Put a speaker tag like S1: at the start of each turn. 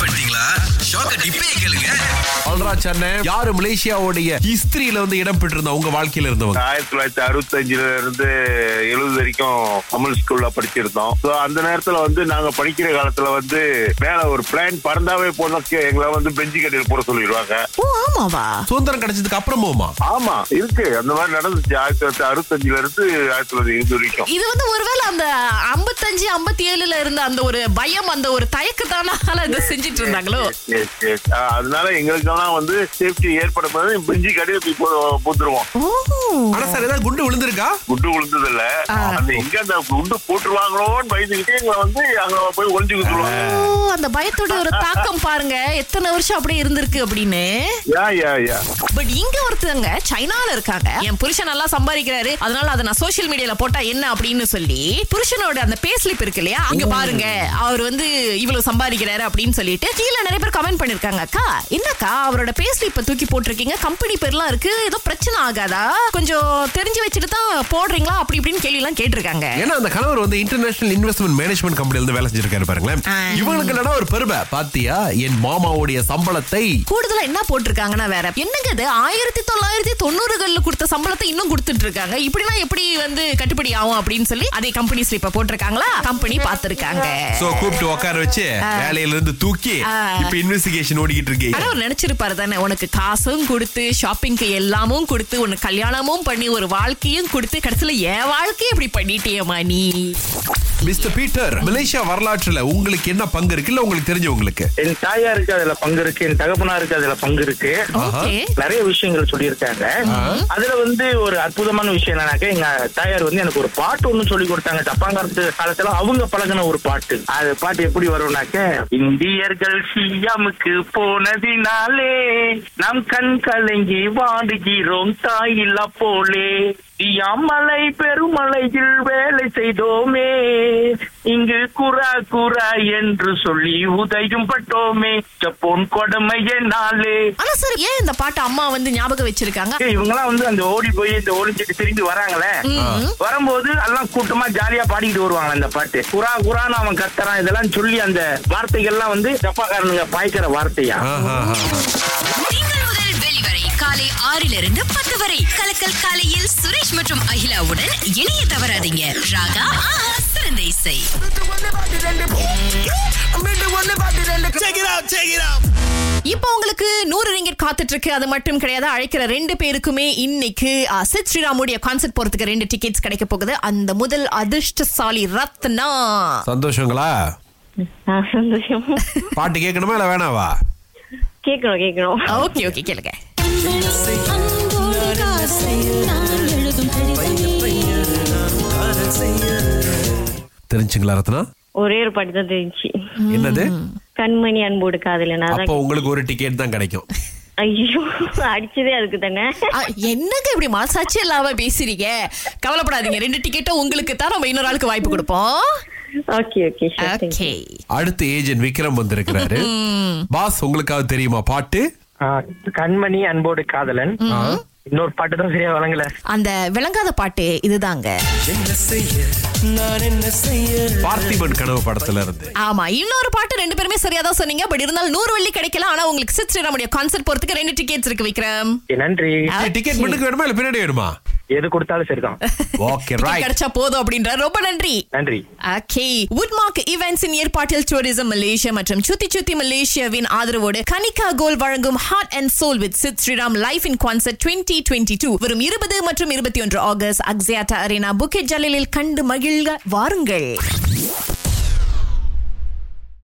S1: பண்ணிட்டீங்களா ஷாக்க டிப்பே கேளுங்க
S2: ஆல்ரா சென்னை யாரு மலேசியாவுடைய ஹிஸ்டரியில வந்து இடம் பெற்றிருந்தா உங்க வாழ்க்கையில இருந்தவங்க
S3: ஆயிரத்தி தொள்ளாயிரத்தி அறுபத்தஞ்சுல இருந்து எழுபது வரைக்கும் தமிழ் ஸ்கூல்ல படிச்சிருந்தோம் ஸோ அந்த நேரத்துல வந்து நாங்க படிக்கிற காலத்துல வந்து மேல ஒரு பிளான் பறந்தாவே போனதுக்கு எங்களை வந்து பெஞ்சு கடையில் போட சொல்லிடுவாங்க
S4: ஓ ஆமாவா
S2: சுதந்திரம் கிடைச்சதுக்கு அப்புறமுமா
S3: ஆமா இருக்கு அந்த மாதிரி நடந்துச்சு ஆயிரத்தி தொள்ளாயிரத்தி அறுபத்தஞ்சுல இருந்து ஆயிரத்தி தொள்ளாயிரத்தி எழுபது வரைக்கும்
S4: இது வந்து ஒருவேளை அந்த ஐம்பத்தஞ்சு ஐம்பத்தி ஏழுல இருந்த அந்த ஒரு பயம் அந்த ஒரு தயக்கத்தானால இதை செஞ்சிட்டு இருந்தாங்களோ
S3: Yes, yes. ஆ, அதனால எங்களுக்கெல்லாம் வந்து சேஃப்டி ஏற்படும் போது பெஞ்சு கடையில் போய் போ- போட்டுருவோம்
S4: ஓ
S2: ஆனா சார் ஏதாவது குண்டு விழுந்திருக்கா
S3: குண்டு விழுந்தது இல்ல
S4: ஆ.
S3: அந்த எங்க அந்த குண்டு போட்டுருவாங்களோன்னு பயந்துகிட்டே எங்களை வந்து அங்க போய் ஒளிஞ்சு கொடுத்துருவாங்க
S4: ஓ, அந்த பயத்தோட ஒரு தாக்கம் பாருங்க எத்தனை வருஷம் அப்படியே இருந்திருக்கு அப்படின்னு
S3: யா யா யா
S4: பட் இங்க ஒருத்தங்க சைனால இருக்காங்க என் புருஷன் நல்லா சம்பாதிக்கிறாரு அதனால அதை நான் சோஷியல் மீடியால போட்டா என்ன அப்படின்னு சொல்லி புருஷனோட அந்த பே ஸ்லிப் இருக்கு இல்லையா அங்க பாருங்க அவர் வந்து இவ்வளவு சம்பாதிக்கிறாரு அப்படின்னு சொல்லிட்டு கீழே நிறைய பேர் கமெண்ட் பண்ணிருக்காங்க அக்கா என்னக்கா அவரோட பே ஸ்லிப்பை தூக்கி போட்டிருக்கீங்க கம்பெனி பேர்லாம் இருக்கு ஏதோ பிரச்சனை ஆகாதா கொஞ்சம் தெரிஞ்சு வச்சுட்டு தான் போடுறீங்களா அப்படி இப்படின்னு கேள்வி எல்லாம் கேட்டிருக்காங்க
S2: ஏன்னா அந்த கணவர் வந்து இன்டர்நேஷனல் இன்வெஸ்ட்மெண்ட் மேனேஜ்மெண்ட் கம்பெனில இருந்து வேலை செஞ்சிருக்காரு பாருங்களேன்
S4: ஆ.
S2: இவங்களுக்கு என்னடா ஒரு பெருமை பாத்தியா என் மாமாவுடைய சம்பளத்தை
S4: கூடுதலா என்ன போட்டிருக்காங்கன்னா வேற என்னங்க இது ஆயிரத்தி தொள்ளாயிரத்தி தொண்ணூறுகள்ல கொடுத்த சம்பளத்தை இன்னும் கொடுத்துட்டு இருக்காங்க இப்படின்னா எப்படி வந்து கட்டுப்படி ஆகும் அப்படின்னு சொல்லி அதே கம்பெனி ஸ்லிப்ப போட்டிருக்காங்களா கம்பெனி பார்த்திருக்காங்க
S2: சோ கூப்பிட்டு உட்கார வச்சு வேலையில இருந்து தூக்கி
S4: ஆ.
S2: இப்ப இன்வெஸ்டிகேஷன் ஓடிக்கிட்டு இருக்கு
S4: ஆனா அவர் நினைச்சிருப்பாரு தானே உனக்கு காசும் கொடுத்து ஷாப்பிங்க்கு எல்லாமும் கொடுத்து உனக்கு கல்யாணமும் பண்ணி ஒரு வாழ்க்கையும் கொடுத்து கடைசியில என் வாழ்க்கையை இப்படி பண்ணிட்டியேம்மா நீ
S2: மிஸ்டர் பீட்டர் மலேசியா வரலாற்றுல உங்களுக்கு என்ன பங்கு இருக்கு இல்ல உங்களுக்கு தெரிஞ்சவங்களுக்கு
S5: என் தாயாருக்கு அதுல பங்கு இருக்கு என் தகப்பனாருக்கு அதுல பங்கு இருக்கு
S4: ஓகே
S5: நிறைய விஷயங்கள் சொல்லியிருக்காங்க அதுல வந்து ஒரு அற்புதமான விஷயம் என்னன்னாக்க எங்க தாயார் வந்து எனக்கு ஒரு பாட்டு ஒண்ணு சொல்லி கொடுத்தாங்க ஜப்பாங்காரத்து காலத்துல அவங்க பழகின ஒரு பாட்டு அது பாட்டு எப்படி வரும்னாக்க இந்தியர்கள் சியாமுக்கு போனதினாலே நம் கண் கலங்கி வாடுகிறோம் தாயில்லா போலே மலை பெருமலையில் வேலை செய்தோமே இங்கு குரா குரா என்று சொல்லி உதயும் பட்டோமே ஜப்பான் கொடுமையினாலே
S4: ஆனா சார் ஏன் இந்த பாட்டு அம்மா வந்து ஞாபகம் வச்சிருக்காங்க
S5: ஏய், இவங்கெல்லாம் வந்து அந்த ஓடி போய் இந்த ஓடிஞ்சிட்டு திரும்பி வராங்களே
S4: ம்.
S5: வரும்போது எல்லாம் கூட்டமா ஜாலியா பாடிக்கிட்டு வருவாங்க அந்த பாட்டு குரா குரான்னு அவன் கத்துறான் இதெல்லாம் சொல்லி அந்த வார்த்தைகள்லாம் வந்து ஜப்பாக்காரனுங்க பாய்க்கிற வார்த்தையா
S2: ஆஹா, ஆஹா.
S6: திங்கள் முதல் வெளிவரை காலை ஆறிலிருந்து பத்து வரை கலக்கல் காலையில் சுரேஷ் மற்றும் அகிலாவுடன் இணைய தவறாதீங்க ராகா ஆஹா, சிறந்த இசை
S4: இப்போ உங்களுக்கு நூறு ரிங்கெட் காத்துட்டு இருக்கு அது மட்டும் கிடையாது அழைக்கிற ரெண்டு பேருக்குமே இன்னைக்கு அசித் ஸ்ரீராமுடைய கான்சர்ட் போறதுக்கு ரெண்டு டிக்கெட்ஸ் கிடைக்க போகுது அந்த முதல் அதிர்ஷ்டசாலி ரத்னா
S2: சந்தோஷங்களா
S7: ஆ, சந்தோஷம்
S2: பாட்டு கேட்கணுமா இல்ல வேணாவா
S7: கேட்கணும் கேட்கணும்
S4: ஓகே ஓகே கேளுங்க
S2: தெரிஞ்சுங்களா ரத்னா
S7: ஒரே ஒரு பாட்டு தான் தெரிஞ்சு
S2: என்னது
S7: கண்மணி அன்போடு காதல நான்
S2: அப்போ உங்களுக்கு ஒரு டிக்கெட் தான் கிடைக்கும்
S7: ஐயோ அடிச்சதே அதுக்கு தானே
S4: ஆ, என்னங்க இப்படி மனசாட்சி இல்லாம பேசுறீங்க கவலைப்படாதீங்க ரெண்டு டிக்கெட்டும் உங்களுக்கு தான் நம்ம இன்னொரு ஆளுக்கு வாய்ப்பு கொடுப்போம்
S7: ஓகே ஓகே
S4: ஓகே
S2: அடுத்து ஏஜென்ட் விக்ரம் வந்திருக்கிறாரு பாஸ் உங்களுக்காக தெரியுமா பாட்டு
S5: கண்மணி அன்போடு காதலன் இன்னொரு பாட்டு தான் சரியா வழங்கல
S4: அந்த விளங்காத பாட்டு இதுதாங்க
S2: பார்த்திபன் கனவு படத்துல இருந்து
S4: ஆமா இன்னொரு பாட்டு ரெண்டு பேருமே சரியா தான் சொன்னீங்க பட் இருந்தாலும் நூறு வெள்ளி கிடைக்கல ஆனா உங்களுக்கு சித் ஸ்ரீராமுடைய கான்சர்ட் போறதுக்கு ரெண்டு டிக்கெட்ஸ் இருக்கு விக்ரம்
S5: நன்றி
S2: டிக்கெட் மட்டுக்கு வேணுமா இல்ல பின்னாடி வேணுமா
S5: எது கொடுத்தாலும் சரிதான்
S2: ஓகே
S4: ticket
S2: ரைட்
S4: கிடைச்சா போதும் அப்படின்ற ரொம்ப நன்றி
S5: நன்றி
S4: ஓகே உட்மார்க் இவெண்ட்ஸின் ஏற்பாட்டில் டூரிசம் மலேசியா மற்றும் சுத்தி சுத்தி மலேசியாவின் ஆதரவோடு கனிகா கோல் வழங்கும் heart and soul with Sid Sriram live in concert twenty twenty two வரும் இருபது மற்றும் இருபத்தி ஒன்று ஆகஸ்ட் அக்ஸியாட்டா அரேனா புக்கெட் ஜலலில் கண்டு மகிழ்க வாருங்கள்